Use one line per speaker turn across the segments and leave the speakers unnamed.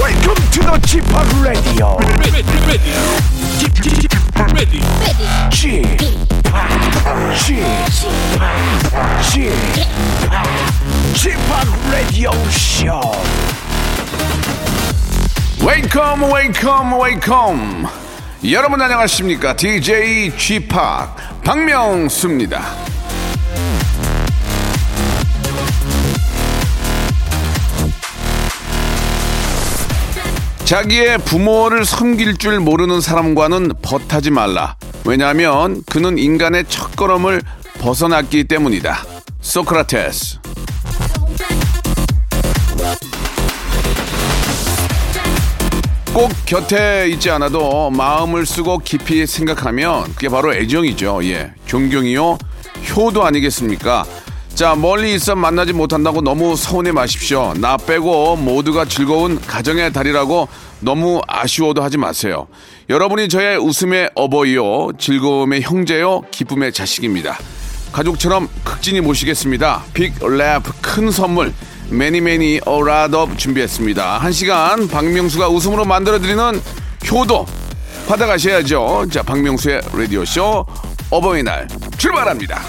Welcome to the g p o p Radio.
ready, ready, ready, ready.
g p o p g p o p g p o p Radio Show.
웨이컴 웨이컴 웨이컴 여러분 안녕하십니까 DJ g p o p 박명수입니다 자기의 부모를 섬길 줄 모르는 사람과는 벗하지 말라 왜냐하면 그는 인간의 첫걸음을 벗어났기 때문이다 소크라테스 꼭 곁에 있지 않아도 마음을 쓰고 깊이 생각하면 그게 바로 애정이죠. 예. 존경이요. 효도 아니겠습니까? 자, 멀리 있어 만나지 못한다고 너무 서운해 마십시오. 나 빼고 모두가 즐거운 가정의 달이라고 너무 아쉬워도 하지 마세요. 여러분이 저의 웃음의 어버이요, 즐거움의 형제요, 기쁨의 자식입니다. 가족처럼 극진히 모시겠습니다. 빅랩 큰 선물 매니 매니 어라더 준비했습니다. 한 시간 박명수가 웃음으로 만들어드리는 효도 받아가셔야죠. 자 박명수의 라디오 쇼 어버이날 출발합니다.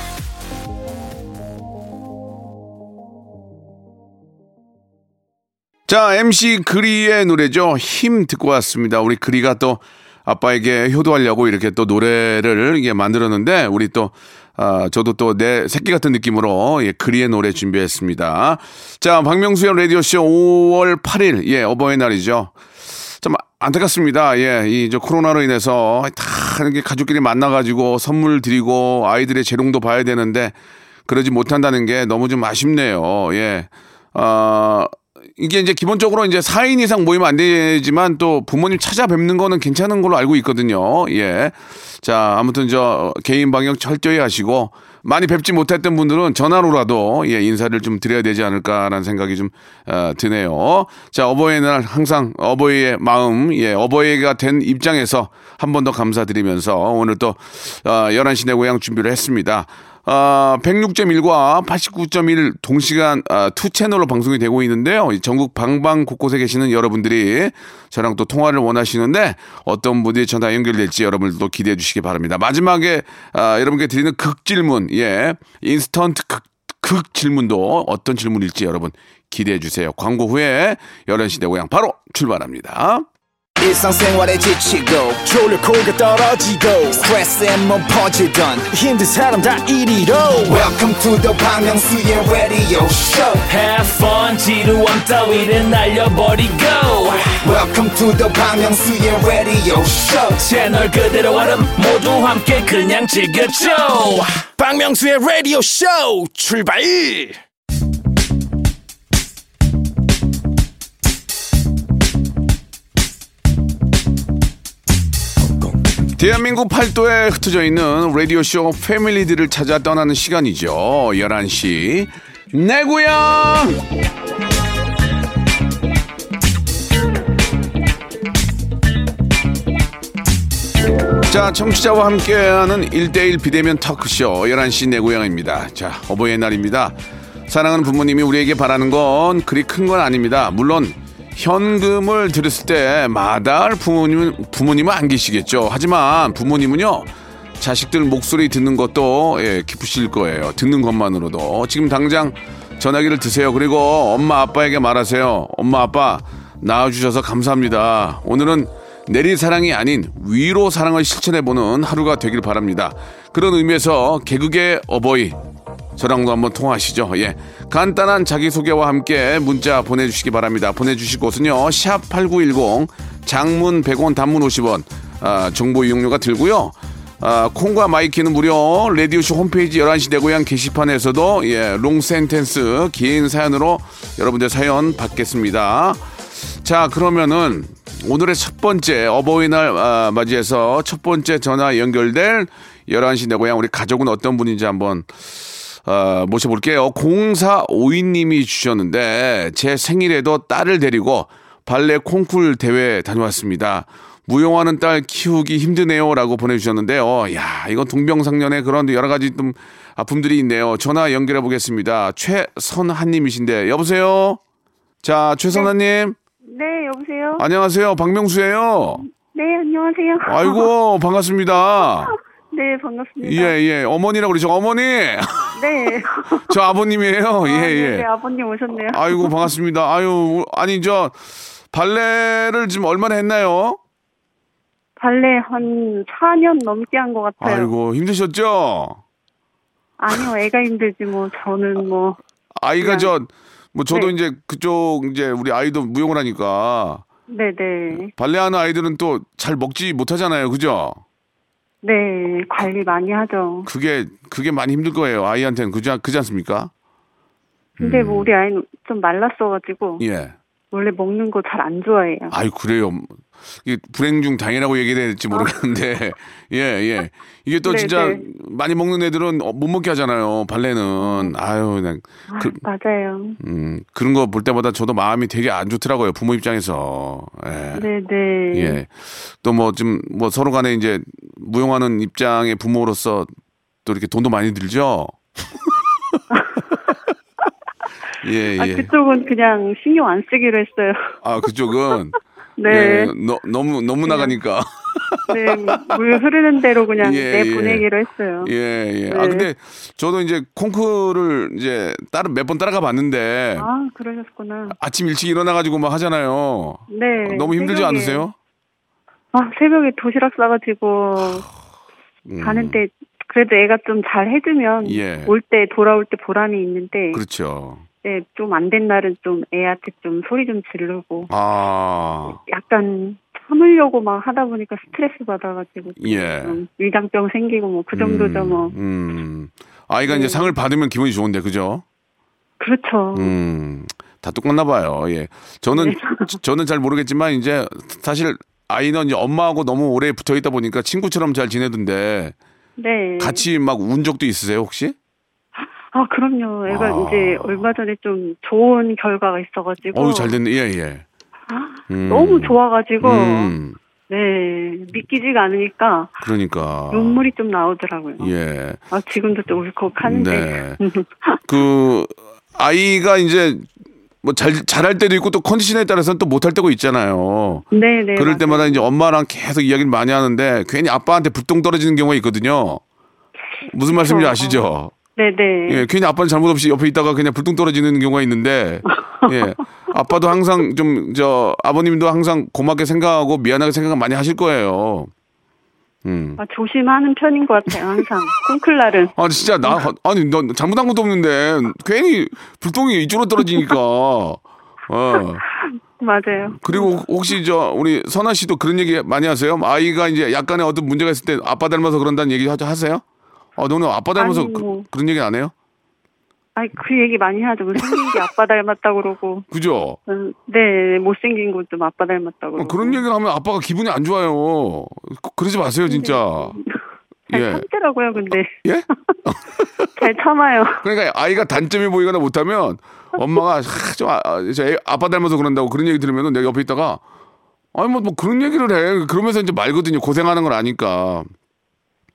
자, MC 그리의 노래죠. 힘 듣고 왔습니다. 우리 그리가 또 아빠에게 효도하려고 이렇게 또 노래를 이게 만들었는데 우리 또 아, 저도 또 내 새끼 같은 느낌으로 예, 그리의 노래 준비했습니다. 자, 박명수의 라디오 쇼 5월 8일 예, 어버이날이죠. 참 안타깝습니다. 예, 이 저 코로나로 인해서 다 이렇게 가족끼리 만나가지고 선물 드리고 아이들의 재롱도 봐야 되는데 그러지 못한다는 게 너무 좀 아쉽네요. 예, 아 이게 이제 기본적으로 이제 4인 이상 모이면 안 되지만 또 부모님 찾아뵙는 거는 괜찮은 걸로 알고 있거든요. 예, 자 아무튼 저 개인 방역 철저히 하시고 많이 뵙지 못했던 분들은 전화로라도 예, 인사를 좀 드려야 되지 않을까라는 생각이 좀 어, 드네요. 자, 어버이날 항상 어버이의 마음, 예, 어버이가 된 입장에서 한 번 더 감사드리면서 오늘 또 어, 11시 내 고향 준비를 했습니다. 아, 106.1과 89.1 동시간 아, 투 채널로 방송이 되고 있는데요. 이 전국 방방 곳곳에 계시는 여러분들이 저랑 또 통화를 원하시는데 어떤 분이 전화 연결될지 여러분들도 기대해 주시기 바랍니다. 마지막에 아, 여러분께 드리는 극질문, 예, 인스턴트 극, 극 질문도 어떤 질문일지 여러분 기대해 주세요. 광고 후에 11시 내 고향 바로 출발합니다.
일상생활에 지치고,
졸려 코가 떨어지고
스트레스에 몸 퍼지던,
힘든 사람 다 이리로.
welcome to the Bang Myung-soo's radio show
Have fun 지루함 따위를 날려버리고
welcome to the Bang Myung-soo's radio show
채널 그대로 얼음 모두 함께 그냥 즐겨줘
박명수의 라디오 쇼 출발.
대한민국 팔도에 흩어져 있는 라디오쇼 패밀리들을 찾아 떠나는 시간이죠. 11시. 내 고향! 자, 청취자와 함께하는 1대1 비대면 터크쇼 11시 내 고향입니다. 자, 어버이날입니다. 사랑하는 부모님이 우리에게 바라는 건 그리 큰 건 아닙니다. 물론 현금을 들였을 때 마다할 부모님은 부모님은 안 계시겠죠. 하지만 부모님은요. 자식들 목소리 듣는 것도 예, 기쁘실 거예요. 듣는 것만으로도 지금 당장 전화기를 드세요. 그리고 엄마 아빠에게 말하세요. 엄마 아빠 낳아주셔서 감사합니다. 오늘은 내리 사랑이 아닌 위로 사랑을 실천해보는 하루가 되길 바랍니다. 그런 의미에서 개그계 어버이 저랑도 한번 통화하시죠. 예. 간단한 자기소개와 함께 문자 보내주시기 바랍니다. 보내주실 곳은요. 샵8910 장문 100원 단문 50원 아, 정보 이용료가 들고요. 아, 콩과 마이키는 무료 레디오쇼 홈페이지 11시 내고향 게시판에서도 예, 롱센텐스 긴 사연으로 여러분들 사연 받겠습니다. 자 그러면은 오늘의 첫 번째 어버이날 아, 맞이해서 첫 번째 전화 연결될 11시 내 고향 우리 가족은 어떤 분인지 한번 아, 모셔볼게요. 0452님이 주셨는데 제 생일에도 딸을 데리고 발레 콩쿨 대회 다녀왔습니다. 무용하는 딸 키우기 힘드네요라고 보내주셨는데요. 야 이건 동병상련의 그런 여러 가지 좀 아픔들이 있네요. 전화 연결해 보겠습니다. 최선하님이신데 여보세요. 자 최선하님.
네, 여보세요?
안녕하세요. 박명수예요.
네, 안녕하세요.
아- 아이고, 반갑습니다.
네, 반갑습니다.
예, 예. 어머니라고 그러죠. 어머니.
네.
저 아버님이에요. 예,
아, 네,
예.
네, 아버님 오셨네요.
아이고, 반갑습니다. 아유, 아니 저 발레를 지금 얼마나 했나요?
발레 한 4년 넘게 한 것 같아요.
아이고, 힘드셨죠?
아니요, 애가 힘들지 뭐 저는 뭐
아이가 저 뭐 저도
네.
이제 그쪽 이제 우리 아이도 무용을 하니까
네, 네.
발레하는 아이들은 또 잘 먹지 못하잖아요. 그죠?
네, 관리 많이 하죠.
그게 그게 많이 힘들 거예요. 아이한테는 그지 않- 그지 않습니까?
근데 뭐 우리 아이는 좀 말랐어 가지고
음. 예.
원래 먹는 거 잘 안 좋아해요.
아유 그래요. 이게 불행 중 당이라고 얘기해야 될지 모르겠는데 예 예. 이게 또
아. 네,
진짜
네.
많이 먹는 애들은 어, 못 먹게 하잖아요. 발레는 아유 그냥
아,
그,
맞아요.
음, 그런 거 볼 때마다 저도 마음이 되게 안 좋더라고요. 부모 입장에서 예.
네, 네.
예. 또 뭐 좀 뭐 서로 간에 이제 무용하는 입장의 부모로서 또 이렇게 돈도 많이 들죠. 예,
아,
예.
그쪽은 그냥 신경 안 쓰기로 했어요.
아, 그쪽은
네.
예, 너, 너무 너무 나가니까.
네, 물 흐르는 대로 그냥
예, 예.
내보내기로 했어요.
예, 예. 아
네.
근데 저도 이제 콩쿠르를 이제 따른 몇 번 따라가 봤는데
아, 그러셨구나.
아침 일찍 일어나 가지고 막 하잖아요.
네.
너무 힘들지
새벽에-
않으세요?
아, 새벽에 도시락 싸가지고 가는데 그래도 애가 좀 잘 해주면
음. 예.
올 때 돌아올 때 보람이 있는데
그렇죠.
네, 좀 안 된 날은 좀 애한테 좀 소리 좀 지르고
아.
약간 참으려고 막 하다 보니까 스트레스 받아가지고
예.
좀 위장병 생기고 뭐 그 정도죠
음,
뭐 네.
음. 아이가 이제 상을 받으면 기분이 좋은데 그죠?
그렇죠.
음. 다 똑같나 봐요. 예. 저는
네.
저는 잘 모르겠지만 이제 사실 아이는 이제 엄마하고 너무 오래 붙어 있다 보니까 친구처럼 잘 지내던데
네.
같이 막 운 적도 있으세요, 혹시?
아 그럼요. 애가
아.
이제 얼마 전에 좀 좋은 결과가 있어가지고
어우, 잘 됐네. 예, 예. 음.
너무 좋아가지고
음.
네 믿기지가 않으니까
그러니까.
눈물이 좀 나오더라고요.
예.
아 지금도 좀 울컥하는데
네. 그 아이가 이제 뭐 잘 잘할 때도 있고 또 컨디션에 따라서는 또 못할 때고 있잖아요.
네, 네.
그럴
맞아요.
때마다 이제 엄마랑 계속 이야기를 많이 하는데 괜히 아빠한테 불똥 떨어지는 경우가 있거든요. 무슨 말씀인지
그쵸.
아시죠?
네, 네.
예, 괜히 아빠는 잘못 없이 옆에 있다가 그냥 불똥 떨어지는 경우가 있는데, 예, 아빠도 항상 좀 저 아버님도 항상 고맙게 생각하고 미안하게 생각 많이 하실 거예요. 음.
아, 조심하는 편인 것 같아요. 항상 콩클라를
아 진짜 나
음.
아니 넌 잘못한 것도 없는데 괜히 불똥이 이쪽으로 떨어지니까. 어.
맞아요.
그리고 혹시 저 우리 선아 씨도 그런 얘기 많이 하세요? 아이가 이제 약간의 어떤 문제가 있을 때 아빠 닮아서 그런다는 얘기 하- 하세요? 아 너는 아빠 닮아서
아니, 뭐.
그, 런 얘기 안 해요?
아니 그 얘기 많이 하죠. 뭐 생긴 게 아빠 닮았다 그러고
그죠?
음, 네 못생긴 거 좀 아빠 닮았다
어,
그러고
그런 얘기를 하면 아빠가 기분이 안 좋아요. 그- 그러지 마세요 진짜.
잘
예.
참더라고요. 근데
예?
잘 참아요.
그러니까 아이가 단점이 보이거나 못하면 엄마가 하, 저, 아, 저 애- 아빠 닮아서 그런다고 그런 얘기 들으면 내가 옆에 있다가 아니 뭐, 뭐 그런 얘기를 해 그러면서 이제 말거든요 고생하는 걸 아니까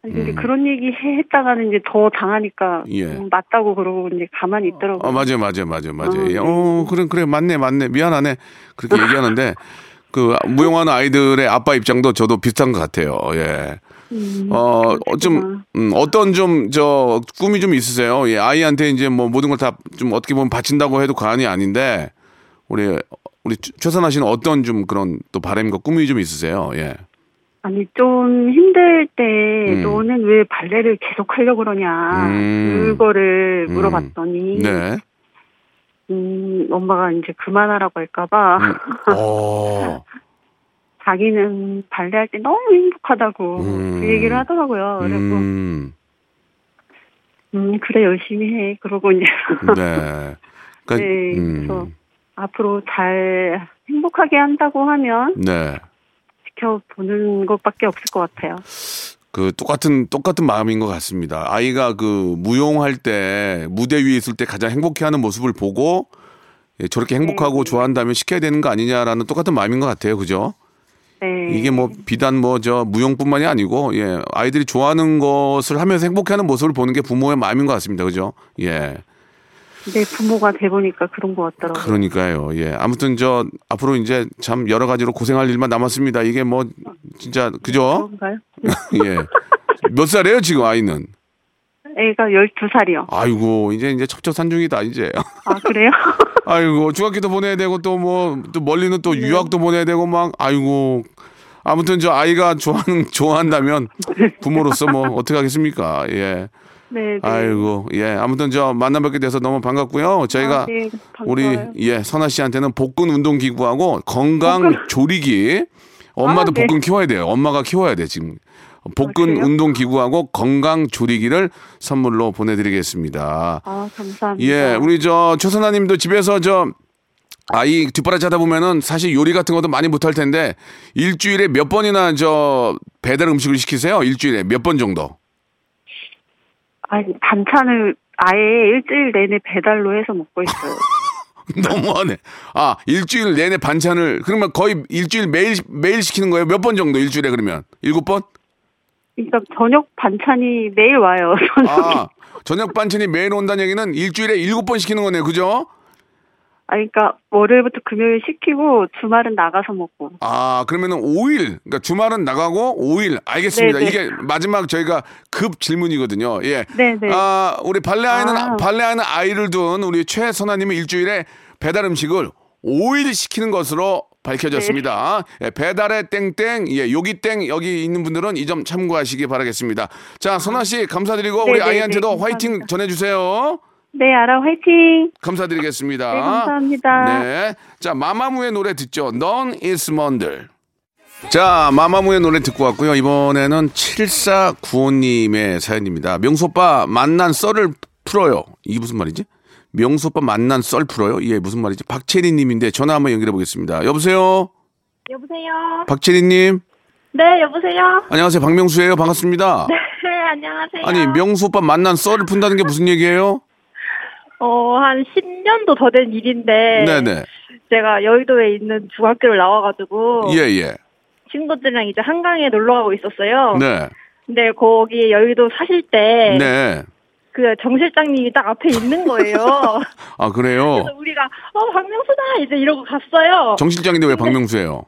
아니, 근데 그런 얘기 해- 했다가는 이제 더 당하니까
음. 예.
음, 맞다고 그러고 이제 가만히 있더라고요.
어, 맞아요, 맞아요, 맞아요, 맞아요.
어,
예, 어, 그래, 그래, 맞네, 맞네, 미안하네. 그렇게 얘기하는데, 그, 무용하는 아이들의 아빠 입장도 저도 비슷한 것 같아요, 예.
음.
어, 어, 좀, 음, 어떤 좀, 저, 꿈이 좀 있으세요? 예, 아이한테 이제 뭐 모든 걸 다 좀 어떻게 보면 바친다고 해도 과언이 아닌데, 우리, 우리 최- 최선아 씨는 어떤 좀 그런 또 바람과 꿈이 좀 있으세요? 예.
아니 좀 힘들 때
음.
너는 왜 발레를 계속 하려고 그러냐
음.
그거를
음.
물어봤더니
네.
음, 엄마가 이제 그만하라고 할까봐
음, 어,
자기는 발레할 때 너무 행복하다고
음.
그 얘기를 하더라고요. 그래서 음.
음,
그래 열심히 해 그러고 이제
네. 그러니까,
네,
음,
그래서 앞으로 잘 행복하게 한다고 하면
네.
지켜보는 것밖에 없을 것 같아요.
그 똑같은 똑같은 마음인 것 같습니다. 아이가 그 무용할 때 무대 위에 있을 때 가장 행복해하는 모습을 보고 예, 저렇게 행복하고 좋아한다면 시켜야 되는 거 아니냐라는 똑같은 마음인 것 같아요. 그죠?
네.
이게 뭐 비단 뭐 저 무용뿐만이 아니고 예 아이들이 좋아하는 것을 하면서 행복해하는 모습을 보는 게 부모의 마음인 것 같습니다. 그죠? 예.
내 부모가 돼보니까 그런 것 같더라고요.
그러니까요. 예. 아무튼 저 앞으로 이제 참 여러 가지로 고생할 일만 남았습니다. 이게 뭐 진짜 그죠?
그런가요?
예. 몇 살이에요 지금 아이는?
애가 12살이요.
아이고 이제 이제 첩첩산중이다 이제.
아, 그래요?
아이고 중학교도 보내야 되고 또 뭐 또 멀리는 또
네.
유학도 보내야 되고 막 아이고 아무튼 저 아이가 좋아하는 좋아한다면 부모로서 뭐 어떻게 하겠습니까? 예.
네, 네.
아이고 예 아무튼 저 만나뵙게 돼서 너무 반갑고요. 저희가
아, 네, 반가워요.
우리 예 선아 씨한테는 복근 운동 기구하고 건강 조리기 엄마도
아, 네. 아,
복근 키워야 돼요. 엄마가 키워야 돼 지금. 복근
그래요?
운동 기구하고 건강 조리기를 선물로 보내드리겠습니다.
아, 감사합니다.
예, 우리 저 최선아님도 집에서 저 아이 뒷바라지하다 보면은 사실 요리 같은 것도 많이 못할 텐데 일주일에 몇 번이나 저 배달 음식을 시키세요? 일주일에 몇 번 정도?
아니, 반찬을 아예 일주일 내내 배달로 해서 먹고 있어요.
너무하네. 아 일주일 내내 반찬을 그러면 거의 일주일 매일 매일 시키는 거예요? 몇 번 정도 일주일에 그러면 일곱 번?
그러니까 저녁 반찬이 매일 와요. 저녁에.
아 저녁 반찬이 매일 온다는 얘기는 일주일에 일곱 번 시키는 거네요, 그죠?
아, 그러니까 월요일부터 금요일 시키고 주말은 나가서 먹고.
아, 그러면은 5일. 그러니까 주말은 나가고 5일. 알겠습니다.
네네.
이게 마지막 저희가 급 질문이거든요. 예.
네네.
아, 우리 발레하는
아.
발레하는 아이를 둔 우리 최선아 님은 일주일에 배달 음식을 5일 시키는 것으로 밝혀졌습니다.
네.
예, 배달의 땡땡, 예, 여기 땡 여기 있는 분들은 이 점 참고하시기 바라겠습니다. 자, 선아 씨 감사드리고 우리
네네네.
아이한테도 화이팅
감사합니다.
전해 주세요.
네, 알아, 화이팅!
감사드리겠습니다.
네, 감사합니다.
네. 자, 마마무의 노래 듣죠. 넌 is 먼들. 자, 마마무의 노래 듣고 왔고요. 이번에는 7495님의 사연입니다. 명소빠 만난 썰을 풀어요. 이게 무슨 말이지? 명소빠 만난 썰 풀어요? 이게 무슨 말이지? 박채리님인데 전화 한번 연결해 보겠습니다. 여보세요?
여보세요.
박채리님?
네, 여보세요.
안녕하세요. 박명수예요. 반갑습니다.
네, 안녕하세요.
아니, 명소빠 만난 썰을 푼다는 게 무슨 얘기예요?
어, 한 10년도 더 된 일인데
네네.
제가 여의도에 있는 중학교를 나와 가지고
예, 예.
친구들이랑 이제 한강에 놀러 가고 있었어요.
네.
근데 거기 여의도 사실
네.
때 그 정실장님이 딱 앞에 있는 거예요.
아, 그래요?
그래서 우리가 어, 박명수다 이제 이러고 갔어요.
정 실장인데 왜 박명수예요?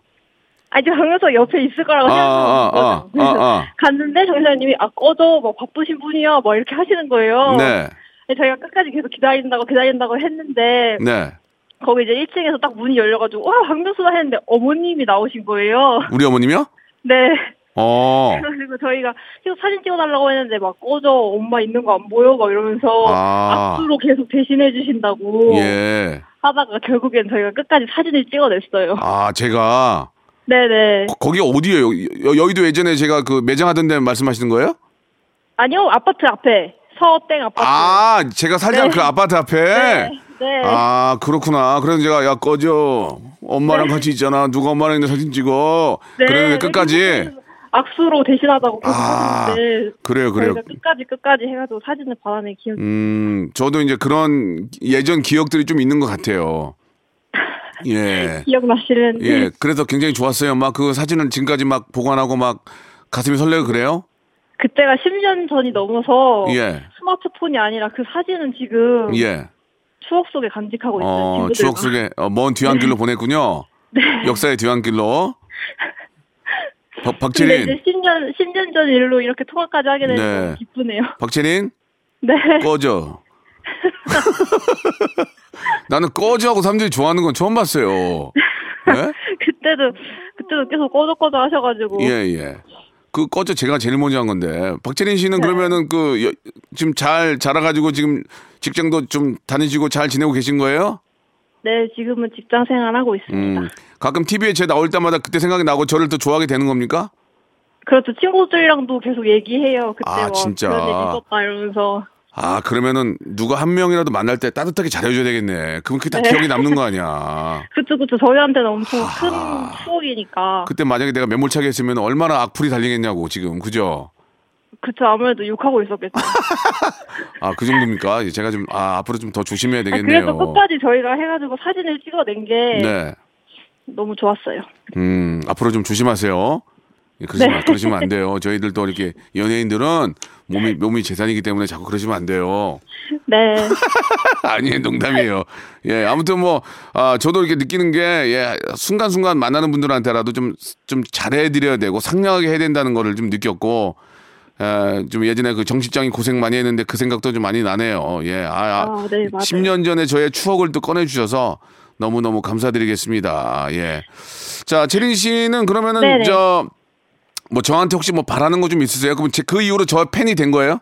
아니, 저 박명수 옆에 있을
아,
거라고
아,
생각하고
아, 아,
그래서
아.
갔는데 정실장님이 아, 꺼져. 뭐 바쁘신 분이야. 뭐 이렇게 하시는 거예요.
네,
근데 저희가 끝까지 계속 기다린다고 기다린다고 했는데
네.
거기 이제 1층에서 딱 문이 열려가지고 와 박명수다 했는데 어머님이 나오신 거예요.
우리 어머님이요?
네.
어.
그래가지고 저희가 계속 사진 찍어달라고 했는데 막 꺼져 엄마 있는 거 안 보여 막 이러면서
아.
앞으로 계속 대신해 주신다고
예.
하다가 결국엔 저희가 끝까지 사진을 찍어냈어요.
아, 제가
네네.
거- 거기 어디예요? 여, 여의도 예전에 제가 그 매장하던 데 말씀하시는 거예요?
아니요 아파트 앞에 서땡 아파트.
아, 제가 살던
어. 네.
그 아파트 앞에.
네. 네.
아, 그렇구나. 그래서 제가 야 꺼져. 엄마랑 같이 있잖아. 누가 엄마랑 있는 사진 찍어.
네.
그래 끝까지.
악수로 대신하다고
아.
그러는데
그래요, 그래요.
저희가 끝까지 끝까지 해가지고 사진을 받아낸 기억이
음, 저도 이제 그런 예전 기억들이 좀 있는 것 같아요. 예.
기억나시는지
예, 그래서 굉장히 좋았어요. 막 그 사진을 지금까지 막 보관하고 막 가슴이 설레고 그래요?
그때가 10년 전이 넘어서
예.
스마트폰이 아니라 그 사진은 지금
예.
추억 속에 간직하고 뭐
어,
있어요. 친구들과. 네.
추억 속에 어, 먼 뒤안길로 보냈군요. 역사의 뒤안길로. 박,
근데
박채린.
이제 10년 10년 전 일로 이렇게 통화까지 하게 돼서
네.
너무 기쁘네요.
박채린,
네.
꺼져. 나는 꺼져하고 사람들이 좋아하는 건 처음 봤어요. 예?
그때도 그때도 계속 꺼져 꺼져 하셔가지고
예, 예. 그 꺼져 제가 제일 먼저 한 건데 박재린 씨는
네.
그러면은 그 여- 지금 잘 자라가지고 지금 직장도 좀 다니시고 잘 지내고 계신 거예요?
네 지금은 직장 생활하고 있습니다.
음. 가끔 TV에 제 나올 때마다 그때 생각이 나고 저를 또 좋아하게 되는 겁니까?
그렇죠 친구들이랑도 계속 얘기해요. 그때
아,
막
진짜.
그런 일 있었다 이러면서
아 그러면은 누가 한 명이라도 만날 때 따뜻하게 잘해줘야 되겠네. 그럼 그게 다 기억이 남는 거 아니야.
그쵸 그쵸 저희한테는 엄청
아.
큰 추억이니까
그때 만약에 내가 매몰차게 했으면 얼마나 악플이 달리겠냐고 지금 그죠?
그쵸 아무래도 욕하고 있었겠죠.
아 그 정도입니까? 제가 좀 아 앞으로 좀 더 조심해야
아,
되겠네요.
그래서 끝까지 저희가 해가지고 사진을 찍어낸 게
네.
너무 좋았어요.
음 앞으로 좀 조심하세요. 예, 그러지 마, 그러시면 안 돼요. 저희들도 이렇게 연예인들은 몸이 몸이 재산이기 때문에 자꾸 그러시면 안 돼요.
네.
아니에요, 농담이에요. 예, 아무튼 뭐, 아, 저도 이렇게 느끼는 게, 예, 순간순간 만나는 분들한테라도 좀, 좀 잘해드려야 되고, 상냥하게 해야 된다는 거를 좀 느꼈고, 에, 좀 예전에 그 정식장이 고생 많이 했는데 그 생각도 좀 많이 나네요. 예, 아,
아, 네, 맞아요.
10년 전에 저의 추억을 또 꺼내주셔서 너무너무 감사드리겠습니다. 예. 자, 재린 씨는 그러면은,
네네.
저, 뭐 저한테 혹시 뭐 바라는 거 좀 있으세요? 그럼 제, 그 이후로 저 팬이 된 거예요?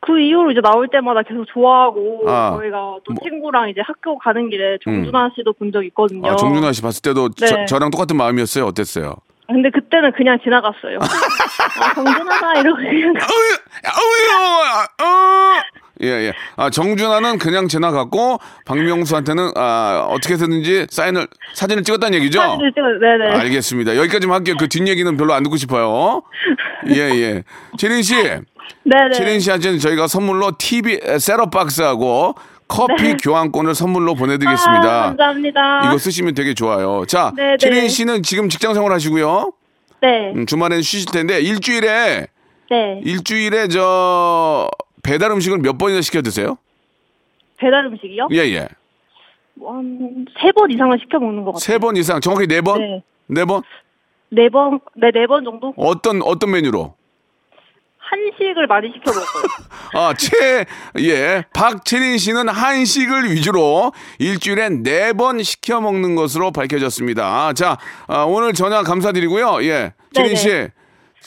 그 이후로 이제 나올 때마다 계속 좋아하고
아.
저희가 또
뭐- 음.
친구랑 이제 학교 가는 길에 정준하 씨도 본 적 있거든요.
아, 정준하 씨 봤을 때도
어. 네.
저, 랑 똑같은 마음이었어요? 어땠어요?
근데 그때는 그냥 지나갔어요. 아, 정준하다 이러고 그냥 가-
아우요, 아우요, 아, 어. 예, 예. 아, 정준하는 그냥 지나갔고, 박명수한테는, 아, 어떻게든지 사인을, 사진을 찍었다는 얘기죠?
사진을 찍어. 네네.
아, 알겠습니다. 여기까지만 할게요. 그 뒷얘기는 별로 안 듣고 싶어요. 예, 예. 재린 씨,
네네.
재린 씨한테는 저희가 선물로 TV, 에, 셋업박스하고 커피 교환권을 선물로
네. 아,
보내드리겠습니다.
감사합니다.
이거 쓰시면 되게 좋아요. 자,
네, 네.
재린 씨는 지금 직장 생활 하시고요.
네.
음, 주말엔 쉬실 텐데, 일주일에
네.
일주일에 저 배달 음식을 몇 번이나 시켜 드세요?
배달 음식이요?
예, 예.
뭐
한세 번 이상은 시켜 먹는 것 같아요.
세 번 이상, 정확히 네 번?
네.
네 번?
네 번, 네, 네 번 정도?
어떤, 어떤 메뉴로?
한식을 많이 시켜 먹어요.
아, 채, 예. 박채린 씨는 한식을 위주로 일주일에 네 번 시켜 먹는 것으로 밝혀졌습니다. 자, 아, 오늘 전화 감사드리고요. 예. 채린
네네. 네.
씨.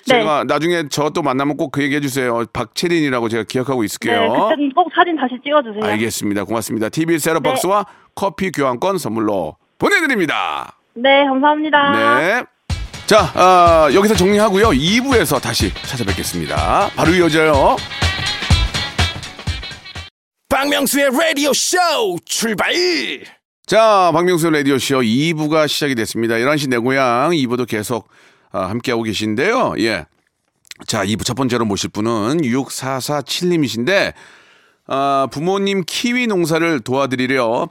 제가 나중에 저 또 만나면 꼭 그 얘기 해주세요. 박채린이라고 제가 기억하고 있을게요.
네, 그때는 꼭 사진 다시 찍어주세요.
알겠습니다. 고맙습니다. TV 셋업박스와 커피 교환권 선물로 보내드립니다.
네, 감사합니다.
네. 자, 아, 여기서 정리하고요. 2부에서 다시 찾아뵙겠습니다. 바로 이어져요.
박명수의 라디오 쇼 출발
자, 박명수 라디오쇼 2부가 시작이 됐습니다. 11시 내 고향 2부도 계속 아, 함께하고 계신데요. 예. 자, 2부 첫 번째로 모실 분은 6447님이신데, 아, 부모님 키위 농사를 도와드리려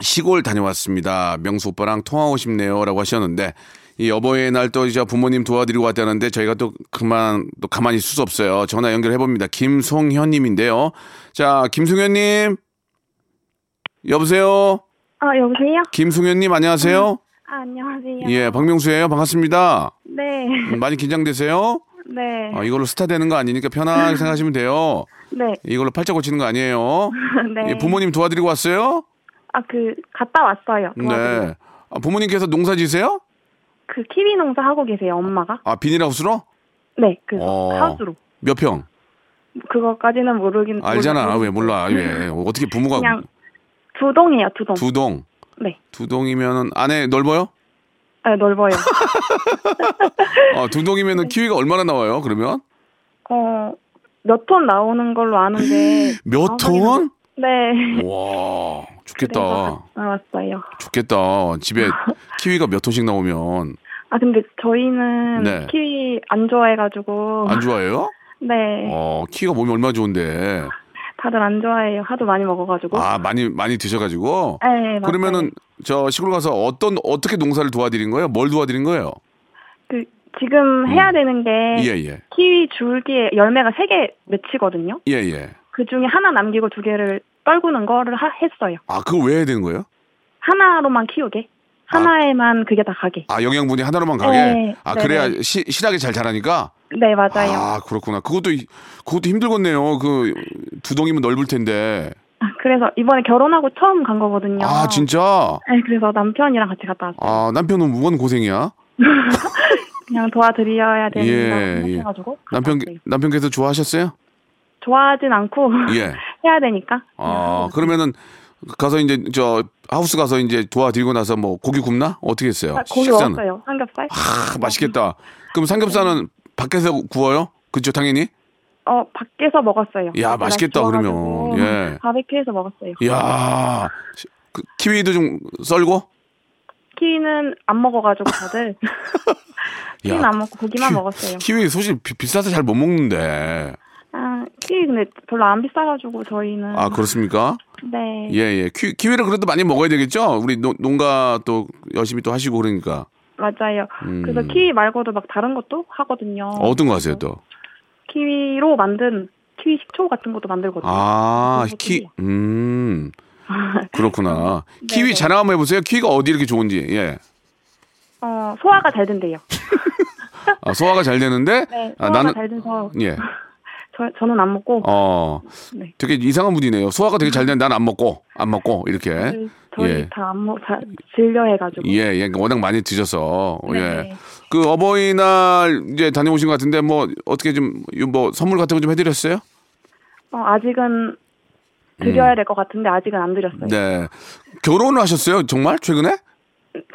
시골 다녀왔습니다. 명수 오빠랑 통화하고 싶네요. 라고 하셨는데, 이 여보의 날 또 이제 부모님 도와드리고 왔다는데 저희가 또 그만, 또 가만히 있을 수 없어요. 전화 연결해봅니다. 김송현님인데요. 자, 김송현님. 여보세요?
아, 여보세요?
김승현님 안녕하세요.
아, 안녕하세요.
예, 박명수예요. 반갑습니다.
네,
음, 많이 긴장되세요?
네,
아, 이걸로 스타 되는 거 아니니까 편하게 생각하시면 돼요.
네,
이걸로 팔자 고치는 거 아니에요.
네.
예, 부모님 도와드리고 왔어요?
아, 그, 갔다 왔어요. 도와드리러.
네. 아, 부모님께서 농사 지으세요?
그 키위 농사 하고 계세요, 엄마가?
아, 비닐하우스로?
네, 그,
어.
하우스로.
몇 평?
그거까지는 모르긴.
알잖아. 아,
모르겠는데.
왜 몰라. 예. 어떻게 부모가
그냥 두 동이에요, 두 동.
두 동.
네.
두 동이면은 안에 넓어요?
아, 넓어요.
어, 두
네.
동이면은 키위가 얼마나 나와요? 그러면?
어, 몇 톤 나오는 걸로 아는데.
몇
정확하게는-
톤?
네.
와, 좋겠다.
그래서 나왔어요.
좋겠다. 집에 키위가 몇 톤씩 나오면
아, 근데 저희는
네.
키위 안 좋아해가지고.
안 좋아해요?
어. 네.
어, 키가 몸이 얼마나 좋은데.
다들 안 좋아해요. 하도 많이 먹어가지고.
아, 많이 많이 드셔 가지고.
뭐. 네, 맞아요.
그러면은 저 시골 가서 어떤 어떻게 농사를 도와드린 거예요? 뭘 도와드린 거예요?
그, 지금 해야 되는 게.
예, 예.
키위 줄기에 열매가 세 개 맺히거든요.
예, 예.
그 중에 하나 남기고 두 개를 떨구는 거를 하- 했어요.
아, 그거 왜 해야 되는 거예요?
하나로만 키우게. 하나에만 그게 다 가게.
아, 영양분이 하나로만 가게.
네,
아,
네,
그래야 시, 실하게 잘 자라니까.
네, 맞아요.
아, 그렇구나. 그것도 이- 그것도 힘들겠네요. 그 두 동이면 넓을 텐데.
그래서 이번에 결혼하고 처음 간 거거든요.
아, 진짜.
네, 그래서 남편이랑 같이 갔다 왔어요.
아, 남편은 무건 고생이야.
그냥 도와드려야 되는
예,
거
예.
생각해가지고. 갔다
남편
왔어요.
남편께서 좋아하셨어요?
좋아하진 않고
예.
해야 되니까.
아, 그러면은 가서 이제 저 하우스 가서 이제 도와드리고 나서 뭐 고기 굽나? 어떻게 했어요?
아, 고기
식사는?
먹었어요. 네. 삼겹살.
아, 맛있겠다. 그럼 삼겹살은 밖에서 구워요? 그죠, 당연히?
어, 밖에서 먹었어요.
야,
아빠랑
맛있겠다,
좋아가지고
그러면. 예.
바베큐에서 먹었어요.
이야, 그 키위도 좀 썰고?
키위는 안 먹어가지고 다들 키위는
야,
안 먹고 고기만
키-
먹었어요.
키위 솔직히 비- 비싸서 잘 못 먹는데.
아, 키위 근데 별로 안 비싸가지고 저희는
아, 그렇습니까?
음. 네.
예, 예. 키, 키위를 그래도 많이 먹어야 되겠죠? 우리 노- 농가 또 열심히 또 하시고 그러니까.
맞아요. 그래서 키위 말고도 막 다른 것도 하거든요.
어떤 거 하세요 또?
키위로 만든 키위 식초 같은 것도 만들거든요.
아,
그래서
키,
키위요.
음, 그렇구나. 키위
네.
자랑 한번 해보세요. 키위가 어디 이렇게 좋은지. 예.
어, 소화가 잘 된대요.
아, 소화가 잘 되는데,
네,
아,
소화가
나는,
잘 돼서
예.
저, 저는 안 먹고
어,
네.
되게 이상한 분이네요. 소화가 되게 잘 되는데 난 안 먹고, 안 먹고, 이렇게.
네, 그 저희
예.
다안 먹, 다 질려해가지고.
예, 예, 그러니까 워낙 많이 드셔서
네.
예. 그 어버이날 이제 다녀오신 것 같은데 뭐 어떻게 좀 뭐 선물 같은 거 좀 해드렸어요?
어, 아직은 드려야 될 것 같은데 아직은 안 드렸어요.
음. 네. 결혼을 하셨어요? 정말 최근에?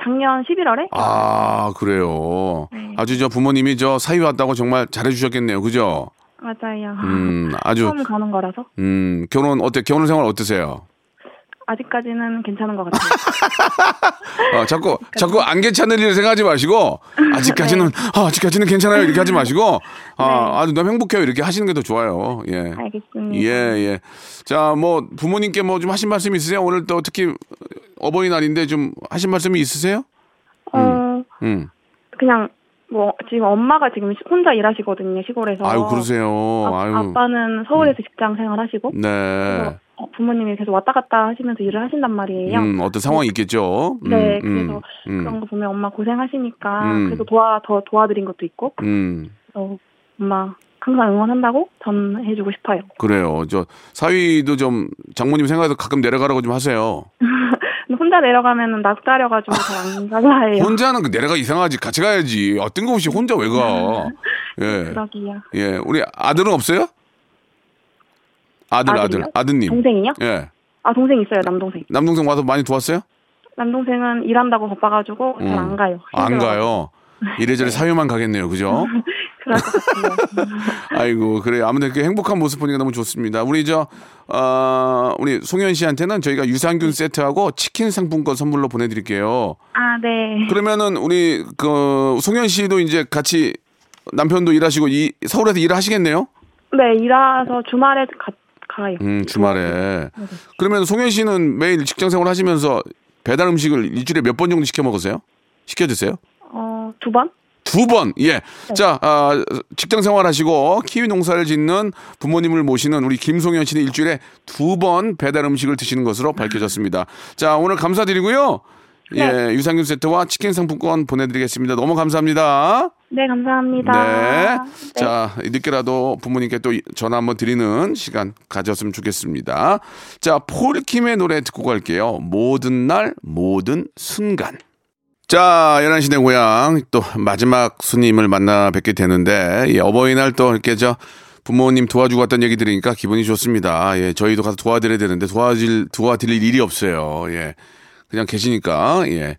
작년 11월에
아 그래요.
네.
아주 저 부모님이 저 사위 왔다고 정말 잘해주셨겠네요. 그죠?
맞아요. 그렇죠.
음, 아주
처음 가는 거라서
음 결혼 어때? 결혼 생활 어떠세요?
아직까지는 괜찮은 것 같아요.
어, 자꾸
그러니까
자꾸 안 괜찮을 일을 생각하지 마시고
네.
아직까지는 아, 아직까지는 괜찮아요 이렇게 하지 마시고
네.
아 아주 너무 행복해요 이렇게 하시는 게 더 좋아요. 예.
알겠습니다.
예, 예. 자, 뭐 부모님께 뭐 좀 하신 말씀 있으세요? 오늘 또 특히 어버이날인데 좀 하신 말씀이 있으세요?
어,
음.
그냥 뭐 지금 엄마가 지금 시- 혼자 일하시거든요 시골에서.
아유, 그러세요.
어. 아,
아유. 음.
빠는 서울에서 직장 생활하시고
네.
그래서, 어, 부모님이 계속 왔다 갔다 하시면서 일을 하신단 말이에요.
음, 어떤 상황이 있겠죠? 음,
네,
음,
그래서
음,
그런 거 보면 엄마 고생하시니까
음.
그래서 도와 더 도와드린 것도 있고
음.
그래서 엄마 항상 응원한다고 전해주고 싶어요.
그래요. 저 사위도 좀 장모님 생각해서 가끔 내려가라고 좀 하세요.
근데 혼자 내려가면은 낙다려가지고 잘안 가야 해요.
혼자는 그 내려가 이상하지. 같이 가야지. 아, 뜬금없이 혼자 왜 가? 예.
그러기야.
예. 우리 아들은 없어요? 아들, 아들,
아들이요?
아드님.
동생이요?
예.
아 동생 있어요 남동생.
남동생 와서 많이 도왔어요?
남동생은 일한다고 바빠가지고 잘 안
음.
가요.
안
힘들어요.
가요. 이래저래 사유만 가겠네요, 그죠?
그럴 것 같아요.
아이고 그래 요 아무튼 이렇게 행복한 모습 보니까 너무 좋습니다. 우리 저 어, 우리 송현 씨한테는 저희가 유산균 세트하고 치킨 상품권 선물로 보내드릴게요.
아 네.
그러면은 우리 그 송현 씨도 이제 같이 남편도 일하시고 이 서울에서 일을 하시겠네요.
네 일하서 주말에 가, 가요.
음 주말에. 그러면 송현 씨는 매일 직장 생활 하시면서 배달 음식을 일주일에 몇 번 정도 시켜 먹으세요? 시켜 드세요?
어두 번?
두 번, 예. 자, 아, 직장 생활하시고 키위 농사를 짓는 부모님을 모시는 우리 김송현 씨는 일주일에 두 번 배달 음식을 드시는 것으로 밝혀졌습니다. 자, 오늘 감사드리고요. 예, 유산균 세트와 치킨 상품권 보내드리겠습니다. 너무 감사합니다.
네 감사합니다.
네.
네.
자, 늦게라도 부모님께 또 전화 한번 드리는 시간 가졌으면 좋겠습니다. 자, 폴킴의 노래 듣고 갈게요. 모든 날, 모든 순간. 자, 11시 내 고향 또 마지막 손님을 만나 뵙게 되는데, 예, 어버이날 또 이렇게 저 부모님 도와주고 왔던 얘기 들으니까 기분이 좋습니다. 예, 저희도 가서 도와드려야 되는데 도와질, 도와드릴 일이 없어요. 예. 그냥 계시니까, 예.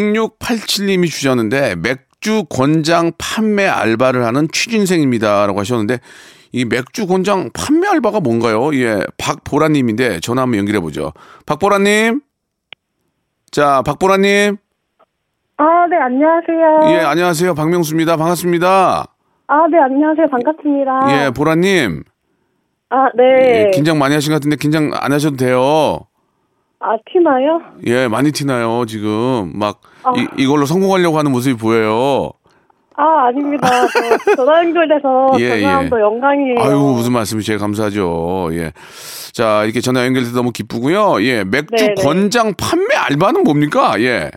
6687님이 주셨는데, 맥주 권장 판매 알바를 하는 취준생입니다. 라고 하셨는데, 이 맥주 권장 판매 알바가 뭔가요? 예, 박보라님인데, 전화 한번 연결해보죠. 박보라님? 자, 박보라님?
아 네 안녕하세요.
예, 안녕하세요. 박명수입니다. 반갑습니다.
아 네 안녕하세요 반갑습니다.
예, 보라님.
아
예, 긴장 많이 하신 것 같은데, 긴장 안 하셔도 돼요.
아 티나요?
예, 많이 티나요, 지금. 막, 이, 이걸로 성공하려고 하는 모습이 보여요.
아 아닙니다. 저 전화 연결돼서
예,
전화함도
예.
영광이에요.
아유, 무슨 말씀이세요? 감사하죠. 예. 자, 이렇게 전화 연결돼서 너무 기쁘고요. 예, 맥주
네, 네.
권장 판매 알바는 뭡니까? 예.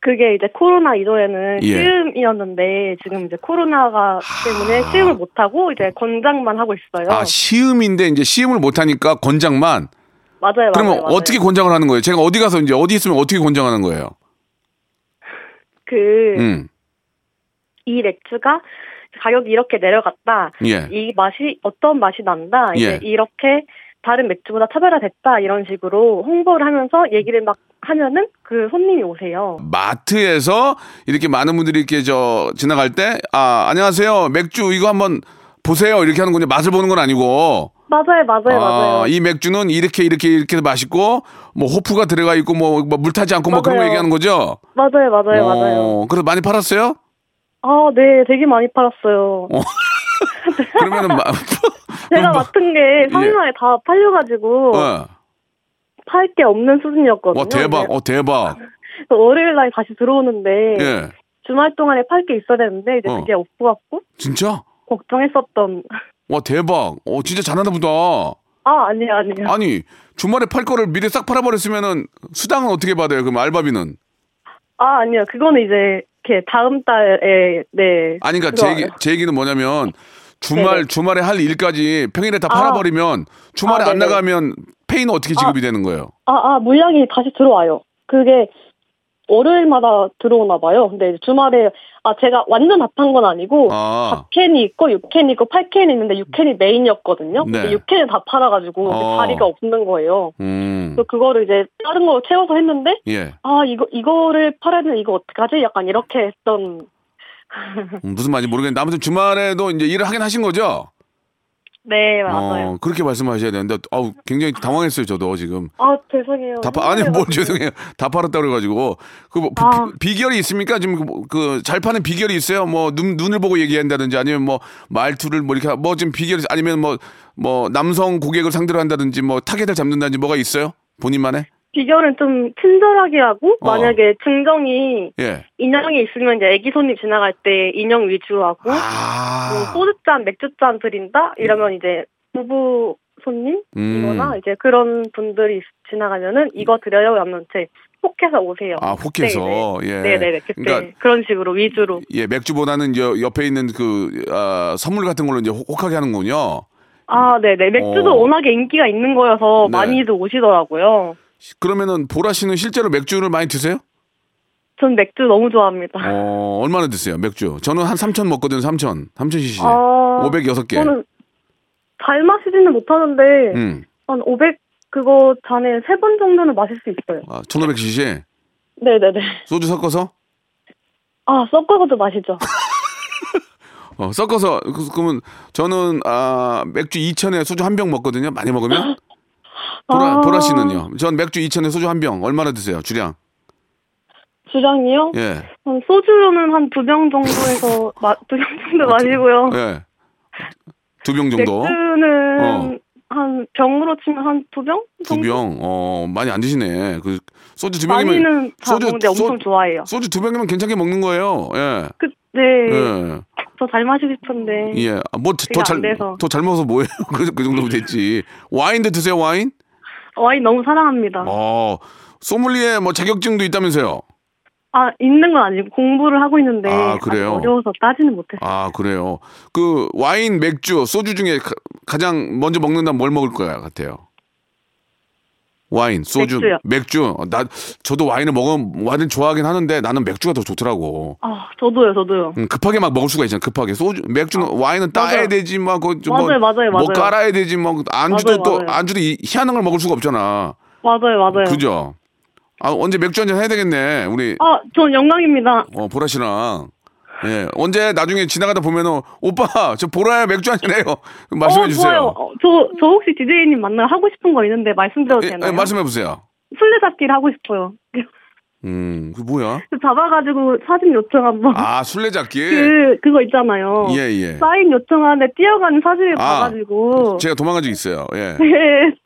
그게 이제 코로나 이전에는
예.
시음이었는데 지금 이제 코로나가 때문에 시음을 못 하고 이제 권장만 하고 있어요.
아, 시음인데 이제 시음을 못 하니까 권장만.
맞아요. 네,
그러면
맞아요, 맞아요.
어떻게 권장을 하는 거예요? 제가 어디 가서 이제 어디 있으면 어떻게 권장하는 거예요?
그
음.
이 맥주가 가격이 이렇게 내려갔다.
예.
이 맛이 어떤 맛이 난다. 이제
예.
이렇게 다른 맥주보다 차별화됐다. 이런 식으로 홍보를 하면서 얘기를 막 하면은 그 손님이 오세요.
마트에서 이렇게 많은 분들이 이렇게 저 지나갈 때, 아, 안녕하세요. 맥주 이거 한번 보세요. 이렇게 하는군요. 맛을 보는 건 아니고.
맞아요, 맞아요,
아,
맞아요.
이 맥주는 이렇게 이렇게 이렇게 맛있고, 뭐 호프가 들어가 있고, 뭐, 뭐물 타지 않고 뭐 그런 거
맞아요.
얘기하는 거죠?
맞아요, 맞아요, 맞아요.
어, 그래서 많이 팔았어요?
아, 네, 되게 많이 팔았어요.
그러면은, 마, 아,
제가 맡은
예.
게 상가에 다 팔려가지고
어.
팔 게 없는 수준이었거든요. 네.
와, 대박. 어, 대박.
그래서 월요일 날 다시 들어오는데
예.
주말 동안에 팔 게 있어야 되는데 이제
어.
그게 없고 갖고
진짜?
걱정했었던
와, 대박. 어, 진짜 잘하나 보다.
아 아니에요 아니에요
아니, 주말에 팔 거를 미리 싹 팔아버렸으면은 수당은 어떻게 받아요? 그럼 알바비는?
아 아니요 그거는 이제 이렇게 다음 달에 네
아니, 그러니까 제,
들어와요.
얘기, 제 얘기는 뭐냐면 주말,
네네.
주말에 할 일까지 평일에 다
아.
팔아버리면 주말에
아,
안
네네.
나가면 페이는 어떻게 지급이 되는 거예요?
아, 아, 물량이 다시 들어와요. 그게 월요일마다 들어오나 봐요. 근데 이제 주말에, 아, 제가 완전 답한 건 아니고,
아.
4캔이 있고, 6캔이 있고, 8캔이 있는데, 6캔이 메인이었거든요.
네.
근데 6캔을 다 팔아가지고,
어.
자리가 없는 거예요.
음.
그래서 그거를 이제 다른 걸로 채워서 했는데,
예.
아, 이거, 이거를 팔아야 되는 이거 어떡하지? 약간 이렇게 했던,
음, 무슨 말인지 모르겠는데 아무튼 주말에도 이제 일을 하긴 하신 거죠?
네, 맞아요.
어, 그렇게 말씀하셔야 되는데 아우 굉장히 당황했어요, 저도 지금.
아, 죄송해요.
다 파, 아니 뭘 죄송해요. 다 팔았다 그래 가지고 그 뭐, 비-
아.
비결이 있습니까? 지금 그 잘 파는 비결이 있어요? 뭐 눈, 눈을 보고 얘기한다든지 아니면 뭐 말투를 뭐 이렇게 하- 뭐 지금 비결이 아니면 뭐 뭐 남성 고객을 상대로 한다든지 뭐 타겟을 잡는다든지 뭐가 있어요? 본인만의?
비결은 좀 친절하게 하고,
어.
만약에 증정이
예.
인형이 있으면 이제 애기 손님 지나갈 때 인형 위주로 하고 뭐
아.
소주잔, 맥주잔 드린다 이러면 이제 부부
음.
손님이거나 이제 그런 분들이 있- 지나가면은 이거 드려요 하면 제 혹해서 오세요.
아, 혹해서. 예.
네, 네네. 네네 그때
그러니까-
그런 식으로 위주로
예, 맥주보다는 이제 옆에 있는 그 아, 선물 같은 걸로 이제 혹- 혹하게 하는군요.
아 네네 맥주도
어.
워낙에 인기가 있는 거여서
네.
많이들 오시더라고요.
그러면은 보라 씨는 실제로 맥주를 많이 드세요?
전 맥주 너무 좋아합니다.
어, 얼마나 드세요? 맥주. 저는 한 3천 먹거든요. 3천. 3천 cc.
아,
506개.
저는 네. 잘 마시지는 못하는데
음.
한 500 그거 잔에 세 번 정도는 마실 수 있어요.
아, 1500cc.
네네네.
소주 섞어서?
아, 섞어서도 마시죠.
어, 섞어서 그- 그러면 저는 아, 맥주 2천에 소주 한 병 먹거든요. 많이 먹으면. 보라
아.
보라 씨는요? 전 맥주 2천에 소주 한 병 얼마나 드세요? 주량.
주량이요?
예.
음, 소주는 한 두 병 정도에서 두 병 정도 마시고요.
예. 두 병 정도.
맥주는
어.
한 병으로 치면 한 두 병?
두
정도?
병. 어, 많이 안 드시네. 그 소주 두 병이면
많이는 다 먹는데
소-
엄청 좋아해요.
소주 두 병이면 괜찮게 먹는 거예요. 예.
그, 네.
예.
저 잘 마시고 싶은데.
예. 아,
되게 안 돼서.
뭐더잘더잘 먹어서 뭐예요? 그, 그 정도면 됐지. 와인도 드세요, 와인?
어, 와인 너무 사랑합니다.
어. 소믈리에 뭐 자격증도 있다면서요.
아, 있는 건 아니고 공부를 하고 있는데.
아, 그래요?
아직 어려워서 따지는 못했어요.
아, 그래요. 그 와인, 맥주, 소주 중에 가, 가장 먼저 먹는다면 뭘 먹을 거 같아요? 와인, 소주,
맥주요.
맥주. 어, 나 저도 와인을 먹으면 와인 좋아하긴 하는데 나는 맥주가 더 좋더라고.
아, 저도요, 저도요.
음, 급하게 막 먹을 수가 있잖아. 급하게 소주, 맥주는 와인은 따야
맞아요.
되지 막 그거 좀
맞아요,
뭐,
맞아요,
뭐
맞아요.
깔아야 되지 막 안주도
맞아요,
또
맞아요.
안주도 이, 희한한 걸 먹을 수가 없잖아.
맞아요, 맞아요.
그죠? 아 언제 맥주 한잔 해야 되겠네. 우리
아, 전 영광입니다.
어, 보라 씨랑 예 언제 나중에 지나가다 보면은 오빠 저 보라야 맥주 한잔 해요. 말씀해
어,
주세요.
좋아요. 어, 저, 저 혹시 DJ님 만나 하고 싶은 거 있는데 말씀드려도
예,
되나요?
예, 말씀해 보세요.
술래잡기를 하고 싶어요.
음, 그 뭐야?
잡아가지고 사진 요청 한번.
아 술래잡기.
그, 그거 있잖아요.
예, 예.
사인 요청하는데 뛰어가는 사진을
아.
봐가지고.
제가 도망간 적 있어요. 예.
네,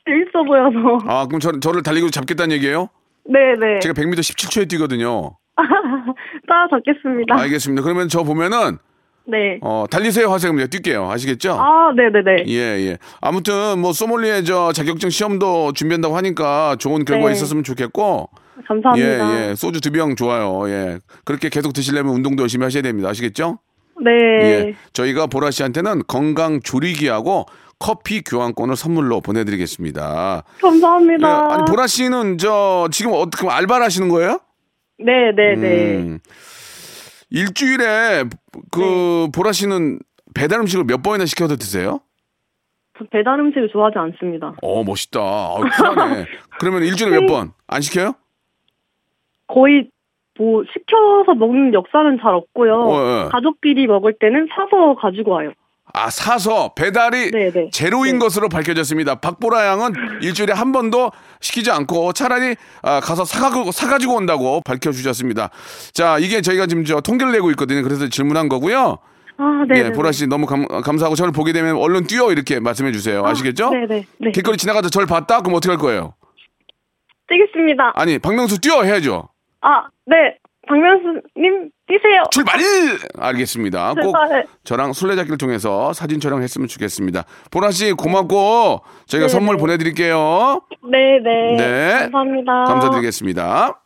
재밌어 보여서.
아 그럼 저, 저를 달리기로 잡겠다는 얘기예요?
네네.
제가 100m 17초에 뛰거든요.
따라 잡겠습니다.
알겠습니다. 그러면 저 보면은
네.
아, 어, 달리세요 하세요. 그럼 뛸게요. 아시겠죠?
아, 네네네.
예, 예. 아무튼 뭐 소믈리에 저 자격증 시험도 준비한다고 하니까 좋은 결과
네.
있었으면 좋겠고.
감사합니다.
예, 예. 소주 두 병 좋아요. 예. 그렇게 계속 드시려면 운동도 열심히 하셔야 됩니다. 아시겠죠?
네.
예. 저희가 보라 씨한테는 건강 조리기하고 커피 교환권을 선물로 보내 드리겠습니다. 예,
감사합니다.
아니 보라 씨는 저 지금 어떻게 알바를 하시는 거예요?
네네네.
음. 일주일에 그
네.
보라 씨는 배달 음식을 몇 번이나 시켜서 드세요?
저 배달 음식을 좋아하지 않습니다.
어 멋있다. 어, 편하네. 그러면 일주일에 몇 번 안 시켜요?
거의 뭐 시켜서 먹는 역사는 잘 없고요.
어, 예.
가족끼리 먹을 때는 사서 가지고 와요.
아 사서 배달이
네네.
제로인 것으로 밝혀졌습니다. 박보라 양은 일주일에 한 번도 시키지 않고 차라리 아, 가서 사가고 사가지고 온다고 밝혀주셨습니다. 자 이게 저희가 지금 저 통계를 내고 있거든요. 그래서 질문한 거고요.
아, 네.
예, 보라 씨 너무 감, 감사하고 저를 보게 되면 얼른 뛰어 이렇게 말씀해 주세요. 아시겠죠?
네네. 네.
길거리 지나가다 저를 봤다? 그럼 어떻게 할 거예요? 아.
뛰겠습니다.
아니, 박명수 뛰어 해야죠.
아, 네. 박명수님, 뛰세요.
출발! 알겠습니다. 꼭
출발.
저랑 술래잡기를 통해서 사진 촬영했으면 좋겠습니다. 보라 씨 고맙고 저희가 선물 보내드릴게요.
네, 네.
네.
감사합니다.
감사드리겠습니다.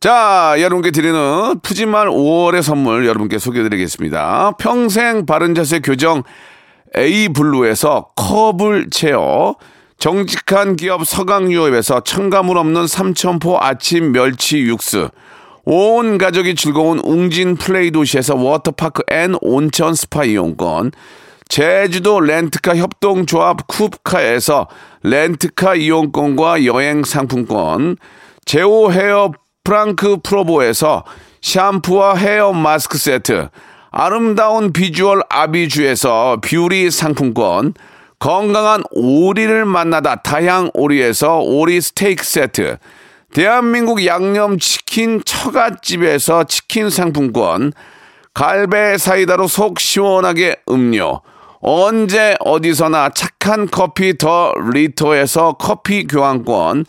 자, 여러분께 드리는 푸짐한 5월의 선물 여러분께 소개해드리겠습니다. 평생 바른 자세 교정 A 블루에서 컵을 채워 정직한 기업 서강유업에서 첨가물 없는 삼천포 아침 멸치 육수 온 가족이 즐거운 웅진 플레이 도시에서 워터파크 앤 온천 스파 이용권 제주도 렌트카 협동조합 쿱카에서 렌트카 이용권과 여행 상품권, 제오 헤어 프랑크 프로보에서 샴푸와 헤어 마스크 세트, 아름다운 비주얼 아비주에서 뷰리 상품권, 건강한 오리를 만나다 다양 오리에서 오리 스테이크 세트, 대한민국 양념치킨 처갓집에서 치킨 상품권, 갈배 사이다로 속 시원하게 음료. 언제 어디서나 착한 커피 더 리터에서 커피 교환권.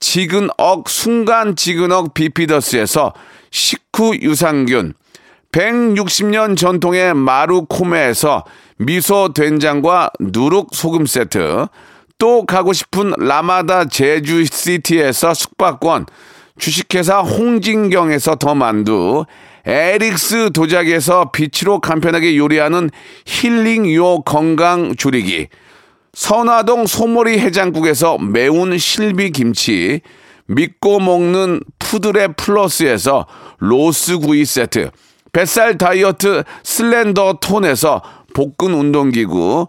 지근억 순간 지근억 비피더스에서 식후 유산균. 160년 전통의 마루코메에서 미소 된장과 누룩 소금 세트. 또 가고 싶은 라마다 제주시티에서 숙박권. 주식회사 홍진경에서 더 만두, 에릭스 도자기에서 빛으로 간편하게 요리하는 힐링 요 건강 조리기, 선화동 소머리 해장국에서 매운 실비 김치, 믿고 먹는 푸드의 플러스에서 로스 구이 세트, 뱃살 다이어트 슬렌더 톤에서 복근 운동기구,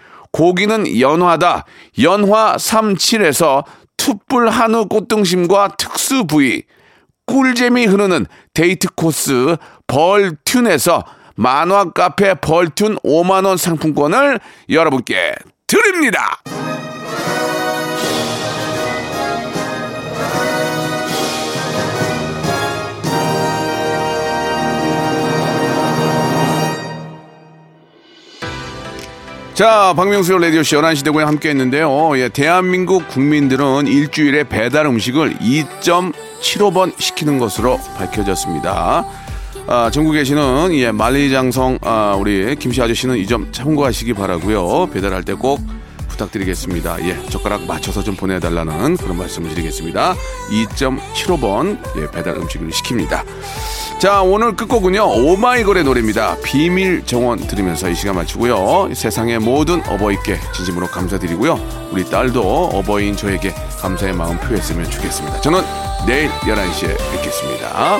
고기는 연화다, 연화 37에서 투뿔 한우 꽃등심과 특수 부위, 꿀잼이 흐르는 데이트 코스 벌튠에서 만화 카페 벌튠 5만원 상품권을 여러분께 드립니다! 자, 박명수의 라디오씨 11시 대구에 함께 했는데요. 예, 대한민국 국민들은 일주일에 배달 음식을 2.75번 시키는 것으로 밝혀졌습니다. 아, 전국에 계시는 예, 만리장성 아, 우리 김씨 아저씨는 이 점 참고하시기 바라고요. 배달할 때 꼭 부탁드리겠습니다. 예, 젓가락 맞춰서 좀 보내달라는 그런 말씀을 드리겠습니다. 2.75번 예, 배달 음식을 시킵니다. 자 오늘 끝곡은요 오마이걸의 노래입니다 비밀 정원 들으면서 이 시간 마치고요 세상의 모든 어버이께 진심으로 감사드리고요 우리 딸도 어버이인 저에게 감사의 마음 표했으면 좋겠습니다 저는 내일 11시에 뵙겠습니다